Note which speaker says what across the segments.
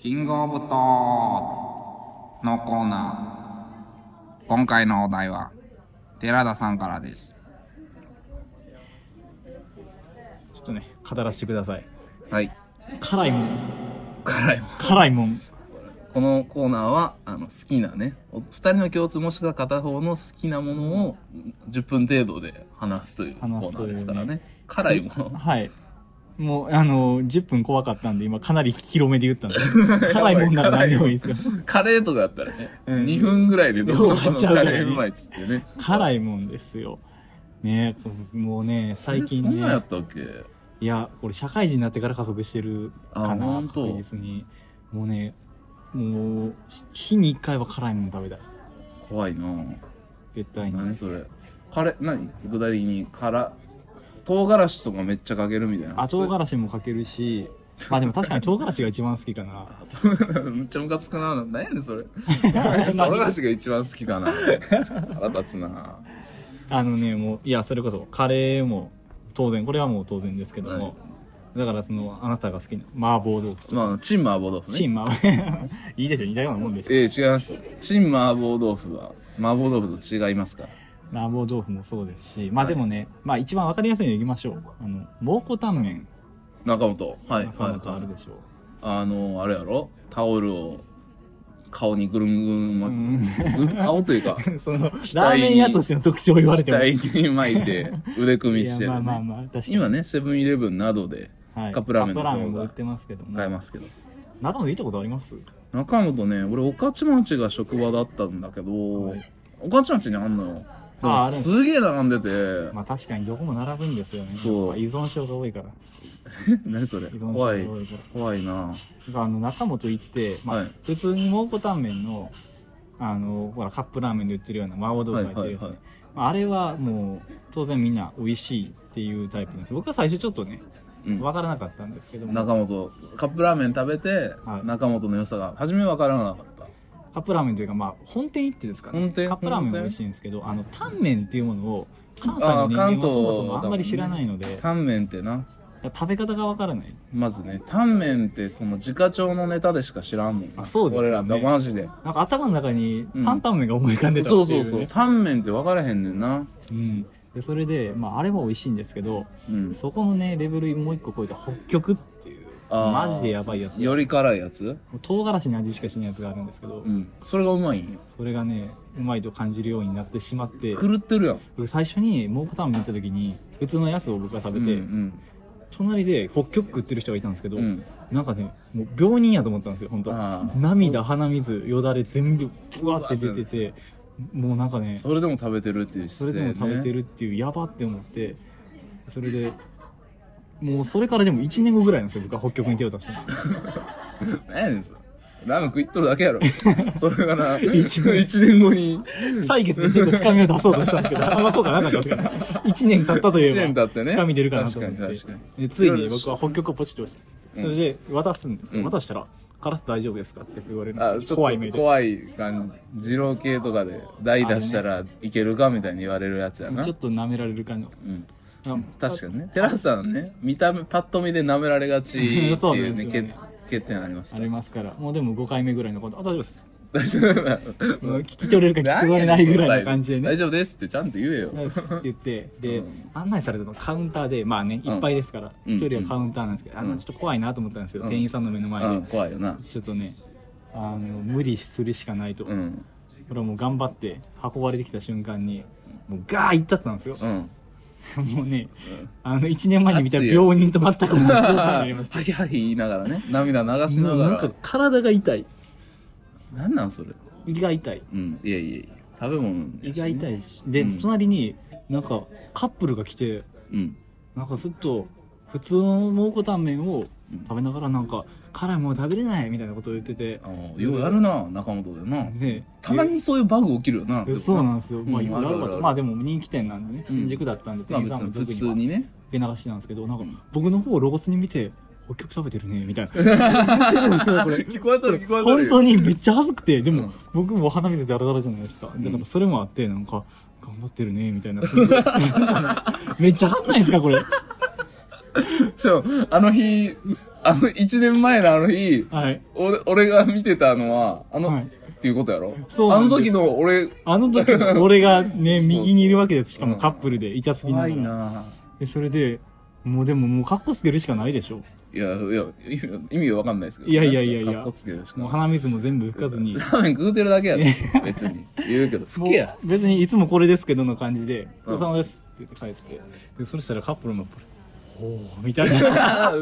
Speaker 1: キングオブトーのコーナー。今回のお題は、寺田さんからです。
Speaker 2: ちょっとね、語らせてください。
Speaker 3: はい。
Speaker 2: 辛いもん。
Speaker 3: 辛いもん。
Speaker 2: 辛いもん。
Speaker 3: このコーナーは、あの、好きなね、お二人の共通もしくは片方の好きなものを10分程度で話すというコーナ
Speaker 2: 話すと
Speaker 3: ー
Speaker 2: いうね
Speaker 3: ですからね。辛いもの。
Speaker 2: はい。もう、あの、10分怖かったんで、今かなり広めで言ったんで。 辛いもんなら何でもいいですよ。
Speaker 3: カレーとかだったらね、
Speaker 2: うん
Speaker 3: 2分ぐらいでどこかのカレーうまいっつってね。
Speaker 2: 辛いもんですよ。ねもうね、最近
Speaker 3: えそんなんや
Speaker 2: ね
Speaker 3: っ。たっけ
Speaker 2: いや、これ社会人になってから加速してるか
Speaker 3: あほ
Speaker 2: な、
Speaker 3: んと
Speaker 2: 確実に。もうね、もう、日に一回は辛いもん食べたい。
Speaker 3: 怖いなぁ。
Speaker 2: 絶対に。
Speaker 3: 何それ。カレー、何具体的に辛、唐辛子とかめっちゃかけるみたいな。
Speaker 2: あ、唐辛子もかけるし、まあでも確かに唐辛子が一番好きかな。
Speaker 3: めっちゃムカつくな。何やね ん、それ。唐辛子が一番好きかな。腹立つな。
Speaker 2: あのね、もう、いや、それこそ、カレーも、当然、これはもう当然ですけども、
Speaker 3: は
Speaker 2: だから、その、あなたが好きな、麻婆豆腐と、
Speaker 3: まあ、チン麻婆豆腐ね。
Speaker 2: チン麻婆、 いいでしょ、似たようなもんでしょ。
Speaker 3: ええ違います。チン麻婆豆腐は、麻婆豆腐と違いますか
Speaker 2: 麻婆豆腐もそうですし、まあでもね、まあ一番わかりやすいのいきましょう。あの、蒙古タンメン、
Speaker 3: 中本。はい、
Speaker 2: 中
Speaker 3: はい、
Speaker 2: 本あ
Speaker 3: は
Speaker 2: る
Speaker 3: い。
Speaker 2: でしょう。
Speaker 3: あの、あれやろタオルを顔にぐるんぐるん巻く。顔という か、
Speaker 2: その、ラーメン屋としての特徴を言われても。
Speaker 3: 額に巻いて腕組
Speaker 2: い
Speaker 3: みし
Speaker 2: や
Speaker 3: てる、
Speaker 2: まあ
Speaker 3: ね
Speaker 2: まあまあ、確かに。
Speaker 3: 今ね、セブンイレブンなどで
Speaker 2: はい、
Speaker 3: カップラーメン
Speaker 2: カ
Speaker 3: の
Speaker 2: ッ
Speaker 3: 方が
Speaker 2: プラーメンも売ってますけども。
Speaker 3: 買えますけど。
Speaker 2: 中もいいとことあります
Speaker 3: 中本ね、俺、御徒町が職場だったんだけど、
Speaker 2: はい
Speaker 3: 御徒町にあんのよ。で
Speaker 2: あ
Speaker 3: も
Speaker 2: あるんです
Speaker 3: すげえ並んでて、
Speaker 2: まあ確かにどこも並ぶんですよね。
Speaker 3: そう
Speaker 2: やっぱ依存症が多いから。
Speaker 3: 何それ
Speaker 2: 依存症
Speaker 3: 怖い
Speaker 2: が。多いから。
Speaker 3: 怖いな
Speaker 2: あの中本行って、まあ
Speaker 3: はい
Speaker 2: 普通に蒙古タンメンのあのほらカップラーメンで売ってるような麻婆豆腐入ってるやつね、
Speaker 3: はいはいはい
Speaker 2: まああれはもう当然みんな美味しいっていうタイプなんです僕は最初ちょっとね
Speaker 3: うん
Speaker 2: 分からなかったんですけども、
Speaker 3: 中本、カップラーメン食べて、
Speaker 2: はい
Speaker 3: 中本の良さが、初め分からなかった。
Speaker 2: カップラーメンというかまあ本店行ってですかね
Speaker 3: 本店
Speaker 2: カップラーメンは美味しいんですけどあのタンメンっていうものを関西の人
Speaker 3: あー関
Speaker 2: 間
Speaker 3: 東
Speaker 2: はそもそもあんまり知らないので、
Speaker 3: タンメンってな、
Speaker 2: 食べ方が分からない
Speaker 3: まずね、タンメンってその自家調のネタでしか知らんもん。
Speaker 2: あそうですよね
Speaker 3: 俺ら、マジで。
Speaker 2: なんか頭の中に
Speaker 3: うん
Speaker 2: 担々麺が思い浮かんでたってい、
Speaker 3: そう
Speaker 2: ね
Speaker 3: うそうそう。タンメンって分からへんねんな。
Speaker 2: うん、でそれで、まあ、あれも美味しいんですけど
Speaker 3: うん。
Speaker 2: そこのね、レベルもう一個超えた北極っていう、
Speaker 3: あー
Speaker 2: マジでやばいやつ。
Speaker 3: より辛いやつ
Speaker 2: もう唐辛子の味しかしないやつがあるんですけど、
Speaker 3: うん。それがうまいんよ。
Speaker 2: それがね、うまいと感じるようになってしまって、
Speaker 3: 狂ってるやん。
Speaker 2: 僕最初に蒙古タンメン行った時に、普通のやつを僕が食べて、
Speaker 3: うん
Speaker 2: 隣で北極食ってる人がいたんですけど、
Speaker 3: うん。うん。
Speaker 2: なんかね、もう病人やと思ったんですよ、本当
Speaker 3: あー
Speaker 2: 涙、鼻水、よだれ全部、ブワって出てて、もうなんかね、
Speaker 3: それでも食べてるっていう
Speaker 2: それ
Speaker 3: 姿
Speaker 2: で
Speaker 3: 勢、
Speaker 2: も
Speaker 3: ね、
Speaker 2: 食べてるっていうやばって思ってそれでもうそれからでも1年後ぐらいなんですよ僕は北極に手を出したの
Speaker 3: 何やねんそれラーメン食いっとる だけやろそれから
Speaker 2: 一年
Speaker 3: 一年後に
Speaker 2: 歳月にちょっと深みを出そうとしたんだけど あんまそうかなかったんですけど1年経ったとい
Speaker 3: 1
Speaker 2: え
Speaker 3: 年経
Speaker 2: ば
Speaker 3: ってね
Speaker 2: 深み出るかなと思って
Speaker 3: 確かに確かに
Speaker 2: でついに僕は北極をポチッと押してそれで渡すんですよ、
Speaker 3: うん
Speaker 2: 渡したら「カラス大丈夫ですか?」って言われるん
Speaker 3: あ
Speaker 2: ですよ
Speaker 3: ちょっと
Speaker 2: 怖い目で
Speaker 3: 怖い感じ二郎系とかで台出したらいけるかみたいに言われるやつやな、
Speaker 2: ちょっと舐められる感じ
Speaker 3: うん、
Speaker 2: あ
Speaker 3: 確かにね寺さんね見た目パッと見で舐められがちってい
Speaker 2: そうな
Speaker 3: うんね
Speaker 2: ですよね
Speaker 3: 欠欠点あります
Speaker 2: ありますからもうでも5回目ぐらいのこと「あ大丈夫です」
Speaker 3: 大丈夫だ
Speaker 2: もう聞き取れるか聞き取れないぐらいの感じでね
Speaker 3: 大丈夫ですってちゃんと言えよ
Speaker 2: ナイスって言って、で、
Speaker 3: うん
Speaker 2: 案内されたのカウンターで、まあね、
Speaker 3: うん
Speaker 2: いっぱいですから、
Speaker 3: うん
Speaker 2: 一、人はカウンターなんですけど、あ
Speaker 3: う
Speaker 2: の、
Speaker 3: ん
Speaker 2: ちょっと怖いなと思ったんですよ、
Speaker 3: うん
Speaker 2: 店員さんの目の前で、
Speaker 3: うん怖いよな
Speaker 2: ちょっとね、あの、無理するしかないと、
Speaker 3: うん
Speaker 2: 俺はもう頑張って、運ばれてきた瞬間に、もうガーッったってたんですよ
Speaker 3: う。ん
Speaker 2: もうね、あの、1年前に見た病人と全く同じ状態になりまし
Speaker 3: はぎはぎ言いながらね涙流
Speaker 2: た。
Speaker 3: しな
Speaker 2: もう
Speaker 3: が
Speaker 2: なん
Speaker 3: ら
Speaker 2: か体が痛い。
Speaker 3: なんなんそれ
Speaker 2: 胃が痛い。
Speaker 3: うんいやいやいや食べ物
Speaker 2: 胃が痛いし。
Speaker 3: う
Speaker 2: で、
Speaker 3: ん
Speaker 2: 隣になんかカップルが来て、
Speaker 3: うん
Speaker 2: なんかずっと普通の蒙古タンメンを食べながらなんか辛いもの食べれないみたいなことを言ってて
Speaker 3: あのようやるな中本でな
Speaker 2: ね
Speaker 3: たまにそういうバグ起きるよな
Speaker 2: えそうなんですよ、まあ
Speaker 3: うん
Speaker 2: 今
Speaker 3: あるある
Speaker 2: やる
Speaker 3: あ
Speaker 2: か
Speaker 3: る
Speaker 2: まあでも人気店なんでね
Speaker 3: うん
Speaker 2: 新宿だったんで
Speaker 3: ま
Speaker 2: 店
Speaker 3: あ
Speaker 2: 員さんも
Speaker 3: 普
Speaker 2: 特
Speaker 3: 通
Speaker 2: に
Speaker 3: にね
Speaker 2: 受け流しなんですけどなんか僕の方を露骨に見て「北極食べてるね」みたいな 言ってるんですよこ れ
Speaker 3: 聞こえとる聞こえとる
Speaker 2: 本
Speaker 3: よ
Speaker 2: 当にめっちゃ恥ずくてで
Speaker 3: う
Speaker 2: も
Speaker 3: ん
Speaker 2: 僕も鼻水ダラダラじゃないですかだからそれもあってなんか頑張ってるねみたいな めっちゃ恥ずないですかこれ
Speaker 3: そうあの日あの、1年前のあの日、
Speaker 2: はい。
Speaker 3: 俺、俺が見てたのは、あの、
Speaker 2: はい
Speaker 3: っていうことやろ
Speaker 2: そうな
Speaker 3: あ
Speaker 2: ん
Speaker 3: の
Speaker 2: です
Speaker 3: 時の俺、
Speaker 2: あの時、俺が ね、右にいるわけです。しかもカップルで、イチャつきなが
Speaker 3: 怖い
Speaker 2: ら。
Speaker 3: な
Speaker 2: で、それで、もうでももうカッコつけるしかないでしょ。
Speaker 3: いや、いや、意味意味がわかんないですけど。
Speaker 2: いやいやいやいや
Speaker 3: かっこつけるしか
Speaker 2: もう
Speaker 3: ない。
Speaker 2: 鼻水も全部拭かずに。
Speaker 3: ラーメン食うてるだけやろ。別に。言うけど、吹けや。
Speaker 2: もう別にいつもこれですけどの感じで、
Speaker 3: うん
Speaker 2: お疲れ様ですって言って帰って。で、そしたらカップルも、ほー、みたい な。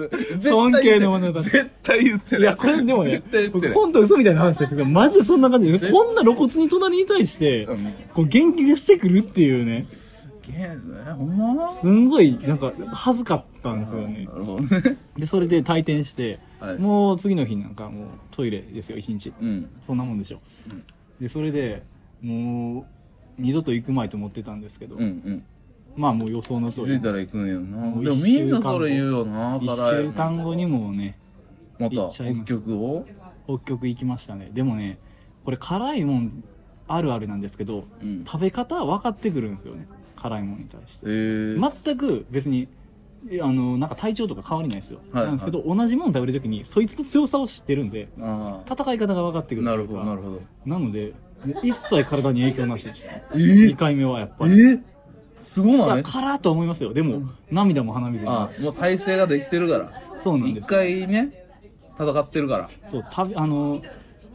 Speaker 2: 尊
Speaker 3: 尊
Speaker 2: 敬の物語
Speaker 3: 絶対言ってない。
Speaker 2: いや、これでもね
Speaker 3: 絶対、言ってない。
Speaker 2: 本当嘘みたいな話ですけど、マジでそんな感じで、こんな露骨に隣に対して
Speaker 3: うん、
Speaker 2: こう、元気がしてくるっていうね、
Speaker 3: すげえね、ほんます
Speaker 2: んごい、なんか、恥ずかったんですよね
Speaker 3: な。るほどね。
Speaker 2: で、それで退店して、
Speaker 3: はい
Speaker 2: もう次の日なんかもうトイレですよ、一日。
Speaker 3: うん。
Speaker 2: そんなもんでしょ。で、それで、もう、二度と行くまいと思ってたんですけど、
Speaker 3: うんうん。
Speaker 2: まあもう予想の
Speaker 3: 気
Speaker 2: 通
Speaker 3: づ
Speaker 2: り
Speaker 3: い。たら行くんやん
Speaker 2: も
Speaker 3: な。
Speaker 2: う
Speaker 3: でもみんなそれ言うよな、
Speaker 2: 一
Speaker 3: 辛い
Speaker 2: 週間後にもね、
Speaker 3: また
Speaker 2: 行っちゃいま
Speaker 3: 北
Speaker 2: す
Speaker 3: 極を
Speaker 2: 北極行きましたね。でもね、これ辛いもんあるあるなんですけど、
Speaker 3: うん
Speaker 2: 食べ方は分かってくるんですよね。辛いもんに対して。
Speaker 3: えー、
Speaker 2: 全く別に、いやあの、なんか体調とか変わりないですよ。
Speaker 3: はい
Speaker 2: なんですけど、同じもの食べるときに、そいつの強さを知ってるんで、
Speaker 3: ああ
Speaker 2: 戦い方が分かってくる
Speaker 3: な
Speaker 2: とい
Speaker 3: る
Speaker 2: うか
Speaker 3: ほどなるほど
Speaker 2: なので、もう一切体に影響なしでした、ね。
Speaker 3: え
Speaker 2: 2
Speaker 3: ー、
Speaker 2: 回目はやっ
Speaker 3: え
Speaker 2: ぱり。
Speaker 3: ー、すご
Speaker 2: い
Speaker 3: ない
Speaker 2: や、辛いとは思いますよ。でも、涙も鼻水も。
Speaker 3: あもう体勢ができてるから
Speaker 2: そうなんで
Speaker 3: 一
Speaker 2: す。
Speaker 3: 回ね戦ってるから
Speaker 2: そう、旅、あの、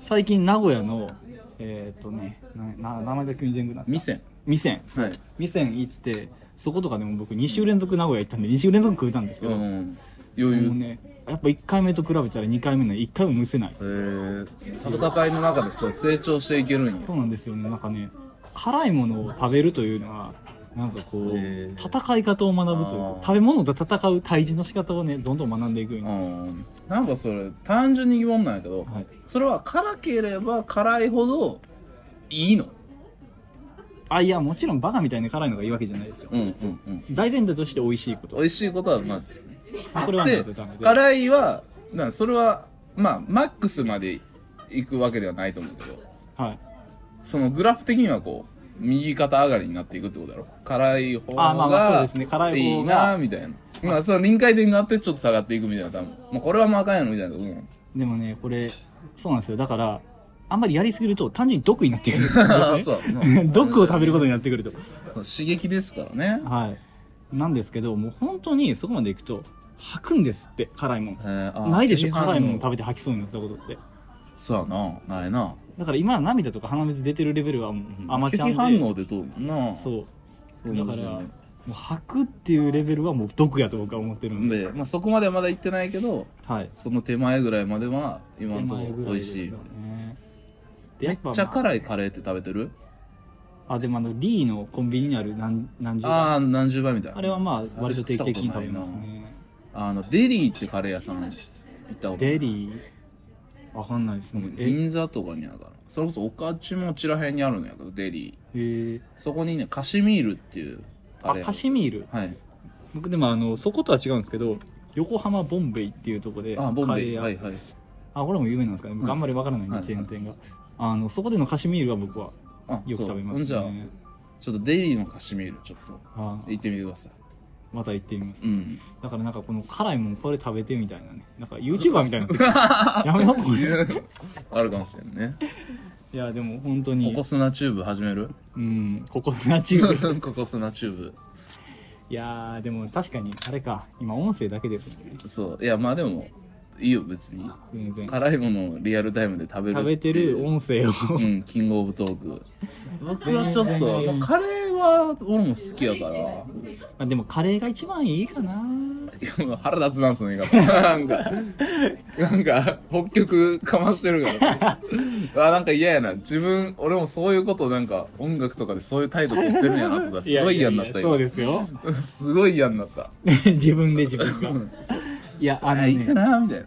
Speaker 2: 最近名古屋の、えーっ、とね、なな名前が急に全部なった。
Speaker 3: 店
Speaker 2: 味仙。
Speaker 3: はい
Speaker 2: 味仙行って、そことかでも僕2週連続名古屋行ったんで、2週連続食えたんですけ
Speaker 3: う
Speaker 2: ど、
Speaker 3: ん余
Speaker 2: もう
Speaker 3: 裕、
Speaker 2: ね、やっぱ1回目と比べたら2回目の1回もむせない。
Speaker 3: えー、戦いの中でそう成長していけるんや
Speaker 2: そうなんですよね。なんかね、辛いものを食べるというのは、なんかこう、
Speaker 3: へー
Speaker 2: 戦い方を学ぶという
Speaker 3: あー
Speaker 2: か、食べ物と戦う対人の仕方をね、どんどん学んでいくように
Speaker 3: う。んなんかそれ単純に疑問なんやけど、
Speaker 2: はい
Speaker 3: それは辛ければ辛いほどいいの
Speaker 2: あ、いや、もちろんバカみたいに辛いのがいいわけじゃないですよ。
Speaker 3: うんうんうん
Speaker 2: 大前提として美味しいこと。
Speaker 3: 美味しいことはまず
Speaker 2: これはね
Speaker 3: で、辛いはなそれはまあマックスまで行くわけではないと思うけど
Speaker 2: はい。
Speaker 3: そのグラフ的にはこう右肩上がりになっていくってことだろ辛い方
Speaker 2: あまあまあそう
Speaker 3: が
Speaker 2: ですね辛い方が
Speaker 3: いなみたいなまあその臨界点があってちょっと下がっていくみたいな多分もうこれはまああかんやろみたいなとこなの
Speaker 2: でもね、これ、そうなんですよ。だから、あんまりやりすぎると単純に毒になってく
Speaker 3: あ
Speaker 2: る。
Speaker 3: そうまあ
Speaker 2: 毒を食べることになってくると。
Speaker 3: 刺激ですからね
Speaker 2: はい。なんですけど、もう本当にそこまでいくと、吐くんですって、辛いもん。
Speaker 3: えーあ
Speaker 2: ないでしょ、
Speaker 3: 正反応
Speaker 2: 辛いもん食べて吐きそうになったことって。
Speaker 3: そうやなないな
Speaker 2: だから今は涙とか鼻水出てるレベルはもう、アマちゃん
Speaker 3: 拒
Speaker 2: で。
Speaker 3: 否反応でどうもんな
Speaker 2: そうう。だから、
Speaker 3: そう
Speaker 2: も
Speaker 3: ですよね
Speaker 2: う吐くっていうレベルはもう毒やと僕は思ってるんで。
Speaker 3: で、まあ、そこまではまだ行ってないけど
Speaker 2: はい。
Speaker 3: その手前ぐらいまでは今のとこ
Speaker 2: 手前
Speaker 3: ろ
Speaker 2: ぐら
Speaker 3: 美
Speaker 2: いです
Speaker 3: 味しい
Speaker 2: よね。でや
Speaker 3: めっ
Speaker 2: ぱ
Speaker 3: ちゃ
Speaker 2: まあ
Speaker 3: 辛いカレーって食べてる
Speaker 2: あ、でもあの、リーのコンビニにある何、何十番
Speaker 3: ああ何十倍みたいな
Speaker 2: あれはまあ、割と定期的に食べます
Speaker 3: あれ食ったことない
Speaker 2: ね。
Speaker 3: なあのデリーってカレー屋さん行ったこと
Speaker 2: デリーわかんないですね。え、
Speaker 3: 銀座とかにあるからそれこそ御徒町らへんにあるんやけどデリ
Speaker 2: えー、
Speaker 3: ーそこにねカシミールっていうカ
Speaker 2: あ
Speaker 3: レ、ー
Speaker 2: カシミール。
Speaker 3: はい
Speaker 2: 僕でもあの、そことは違うんですけど、横浜ボンベイっていうとこで、
Speaker 3: あボンベ
Speaker 2: カレー
Speaker 3: イ
Speaker 2: 屋
Speaker 3: はいはい
Speaker 2: あ、これも有名なんですかね。僕あんまりわからないん
Speaker 3: はい
Speaker 2: で、チェーン店が。あの、そこでのカシミールは僕は
Speaker 3: あ
Speaker 2: よく
Speaker 3: そう
Speaker 2: 食べま
Speaker 3: ほん
Speaker 2: す
Speaker 3: じゃあ
Speaker 2: ね。
Speaker 3: ちょっとデリーのカシミールちょっと
Speaker 2: あ
Speaker 3: 行ってみてください
Speaker 2: また行ってみます
Speaker 3: う。ん
Speaker 2: だからなんかこの辛いもんこれ食べてみたいなね。なんか YouTuber みたいになってる。やめよう、これ。
Speaker 3: あるかもしれんね
Speaker 2: いや、でも本当
Speaker 3: コ
Speaker 2: に
Speaker 3: コ、スナチューブ始め る
Speaker 2: うん、ここナチューブ。
Speaker 3: ココスナチュー
Speaker 2: いやー、でも確かに、あれか、今音声だけですもんね。
Speaker 3: ブそういやまあでもいいよ別に
Speaker 2: 全然。
Speaker 3: 辛いものをリアルタイムで食べる
Speaker 2: 食
Speaker 3: っ
Speaker 2: べて
Speaker 3: いう
Speaker 2: る音声を。
Speaker 3: うん、キングオブトーク。僕はちょっ
Speaker 2: 全
Speaker 3: と、
Speaker 2: 然
Speaker 3: まあカレーは俺も好きやから、い
Speaker 2: まあでもカレーが一番いいかな
Speaker 3: やもう 腹立つなんすね、言い方なんか、なんか、北極かましてる から。あなんか嫌やな。自分、俺もそういうこと、なんか、音楽とかでそういう態度取ってるんやなとか、すごい嫌になった、
Speaker 2: そう
Speaker 3: 今。
Speaker 2: ですよ。
Speaker 3: すごい嫌になった。
Speaker 2: 自分で自分が。いや、あ
Speaker 3: あ、
Speaker 2: の、
Speaker 3: いいか
Speaker 2: ね、
Speaker 3: な、みたい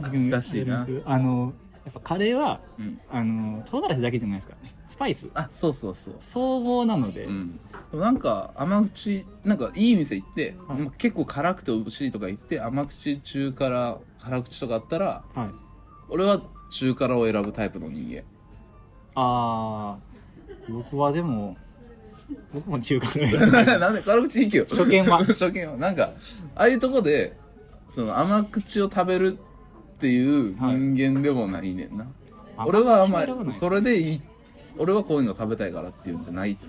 Speaker 3: な。懐かしいな。
Speaker 2: あの、やっぱカレーは、
Speaker 3: うん。
Speaker 2: あの、唐辛子だけじゃないですからね。スパイス。
Speaker 3: あ、そうそうそう。
Speaker 2: 総合なので、
Speaker 3: うん、でもなんか甘口なんかいい店行って、
Speaker 2: はい
Speaker 3: まあ結構辛くて美味しいとか行って甘口中辛辛口とかあったら
Speaker 2: はい。
Speaker 3: 俺は中辛を選ぶタイプの人間
Speaker 2: あー、僕はでも、僕も中華の
Speaker 3: なんで辛口行けよ
Speaker 2: 初見は。
Speaker 3: 初見はなんかああいうとこでその甘口を食べるっていう
Speaker 2: はい
Speaker 3: 人間でもないねんな、
Speaker 2: あ
Speaker 3: 俺はあんま
Speaker 2: 口選ばな
Speaker 3: り
Speaker 2: い
Speaker 3: それでいい俺はこういうの食べたいからっていうんじゃないってい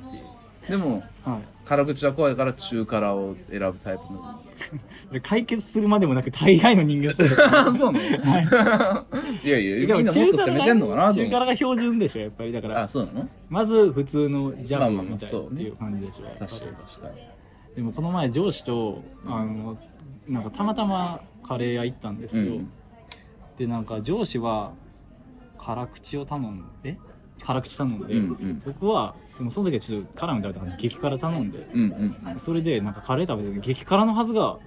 Speaker 3: うでも
Speaker 2: はい
Speaker 3: 辛口は怖いから中辛を選ぶタイプの
Speaker 2: で解決するまでもなく大概の人間そうです
Speaker 3: そうなの いやい
Speaker 2: で
Speaker 3: やみんなもっと
Speaker 2: 中
Speaker 3: 攻
Speaker 2: 辛
Speaker 3: め
Speaker 2: が
Speaker 3: てんのかなと
Speaker 2: 中
Speaker 3: 思
Speaker 2: 辛
Speaker 3: う
Speaker 2: が標準でしょやっぱりだから
Speaker 3: あそうなの
Speaker 2: まず普通のジャ
Speaker 3: まあ
Speaker 2: ン
Speaker 3: ま
Speaker 2: プ
Speaker 3: あまあ
Speaker 2: みたいなっていう感じでしょ、やっぱり
Speaker 3: 確かに確かに
Speaker 2: でもこの前上司とあのなんかたまたまカレー屋行ったんですけど、
Speaker 3: うん
Speaker 2: でなんか上司は辛口を頼んで辛口頼んで、
Speaker 3: うんうん
Speaker 2: 僕はでもその時はちょっと辛み食べたから激辛頼んで、
Speaker 3: うんうん
Speaker 2: それでなんかカレー食べてて激辛のはずが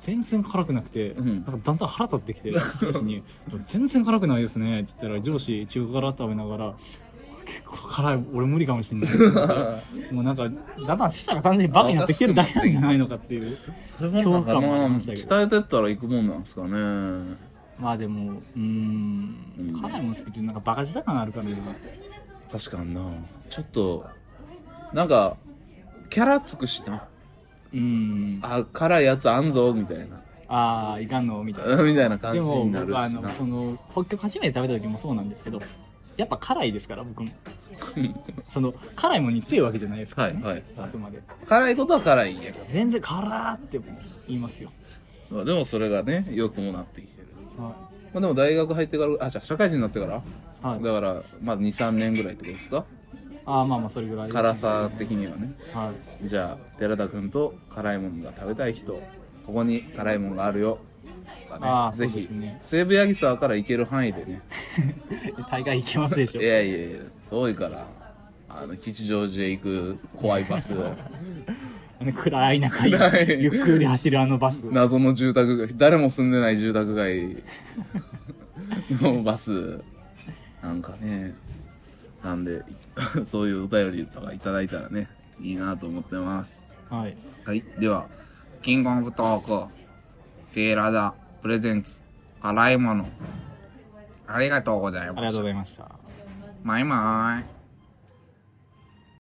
Speaker 2: 全然辛くなくて、
Speaker 3: うん
Speaker 2: なんかだんだん腹立ってきて上司に「全然辛くないですね」って言ったら上司中辛食べながら「結構辛い俺無理かもしんない」って言 ってもうなんかだんだん舌が単純にバカになってきてるだけなんじゃないのかっていう
Speaker 3: それもなんか
Speaker 2: 共感もあ
Speaker 3: な
Speaker 2: りましたけど
Speaker 3: 鍛えてったら行くもんなんですかね
Speaker 2: まあでもうーん辛いもん好きってなんかバカ舌感あるからね
Speaker 3: 確かになちょっとなんかキャラつくしな
Speaker 2: うーん
Speaker 3: あ辛いやつあんぞみたいな
Speaker 2: ああいかんのみたいな
Speaker 3: みたいな感
Speaker 2: で
Speaker 3: じ
Speaker 2: も
Speaker 3: になるし
Speaker 2: 僕はあ
Speaker 3: な
Speaker 2: のその北極初めて食べた時もそうなんですけどやっぱ辛いですから 僕もその辛いものに強いわけじゃないですから、ね
Speaker 3: はいはいはい
Speaker 2: あくまで
Speaker 3: 辛いことは辛いんやか
Speaker 2: 全然辛ーって言いますよ、
Speaker 3: らでもそれがね良くもなってきてる
Speaker 2: は
Speaker 3: まあ、でも大学入ってからあじゃあ社会人になってから
Speaker 2: いはい、
Speaker 3: だからまあ23年ぐらいってことですか
Speaker 2: ああまあまあそれぐらいですね
Speaker 3: 辛さ的にはね
Speaker 2: はい
Speaker 3: じゃあ寺田君と辛いものが食べたい人ここに辛いものがあるよと
Speaker 2: あ
Speaker 3: か
Speaker 2: ー
Speaker 3: ねぜ
Speaker 2: そうで
Speaker 3: ひ
Speaker 2: すね
Speaker 3: 西武八木沢から行ける範囲でね
Speaker 2: 大概い けますでしょ
Speaker 3: いやいやいや遠いからあの吉祥寺へ行く怖いバス を
Speaker 2: あの暗い中に
Speaker 3: 暗い
Speaker 2: ゆっくり走るあのバス
Speaker 3: 謎の住宅街誰も住んでない住 宅街のバスなんかねなんで そういうお便りとかいただいたらねいいなと思ってます
Speaker 2: はい
Speaker 3: はいでは
Speaker 1: キングオブトーク、テーラダ、プレゼンツ、辛いもの。ありがとうござい
Speaker 2: ありが
Speaker 1: ま
Speaker 2: とう
Speaker 1: す
Speaker 2: ご。ざいました
Speaker 1: マイマイ。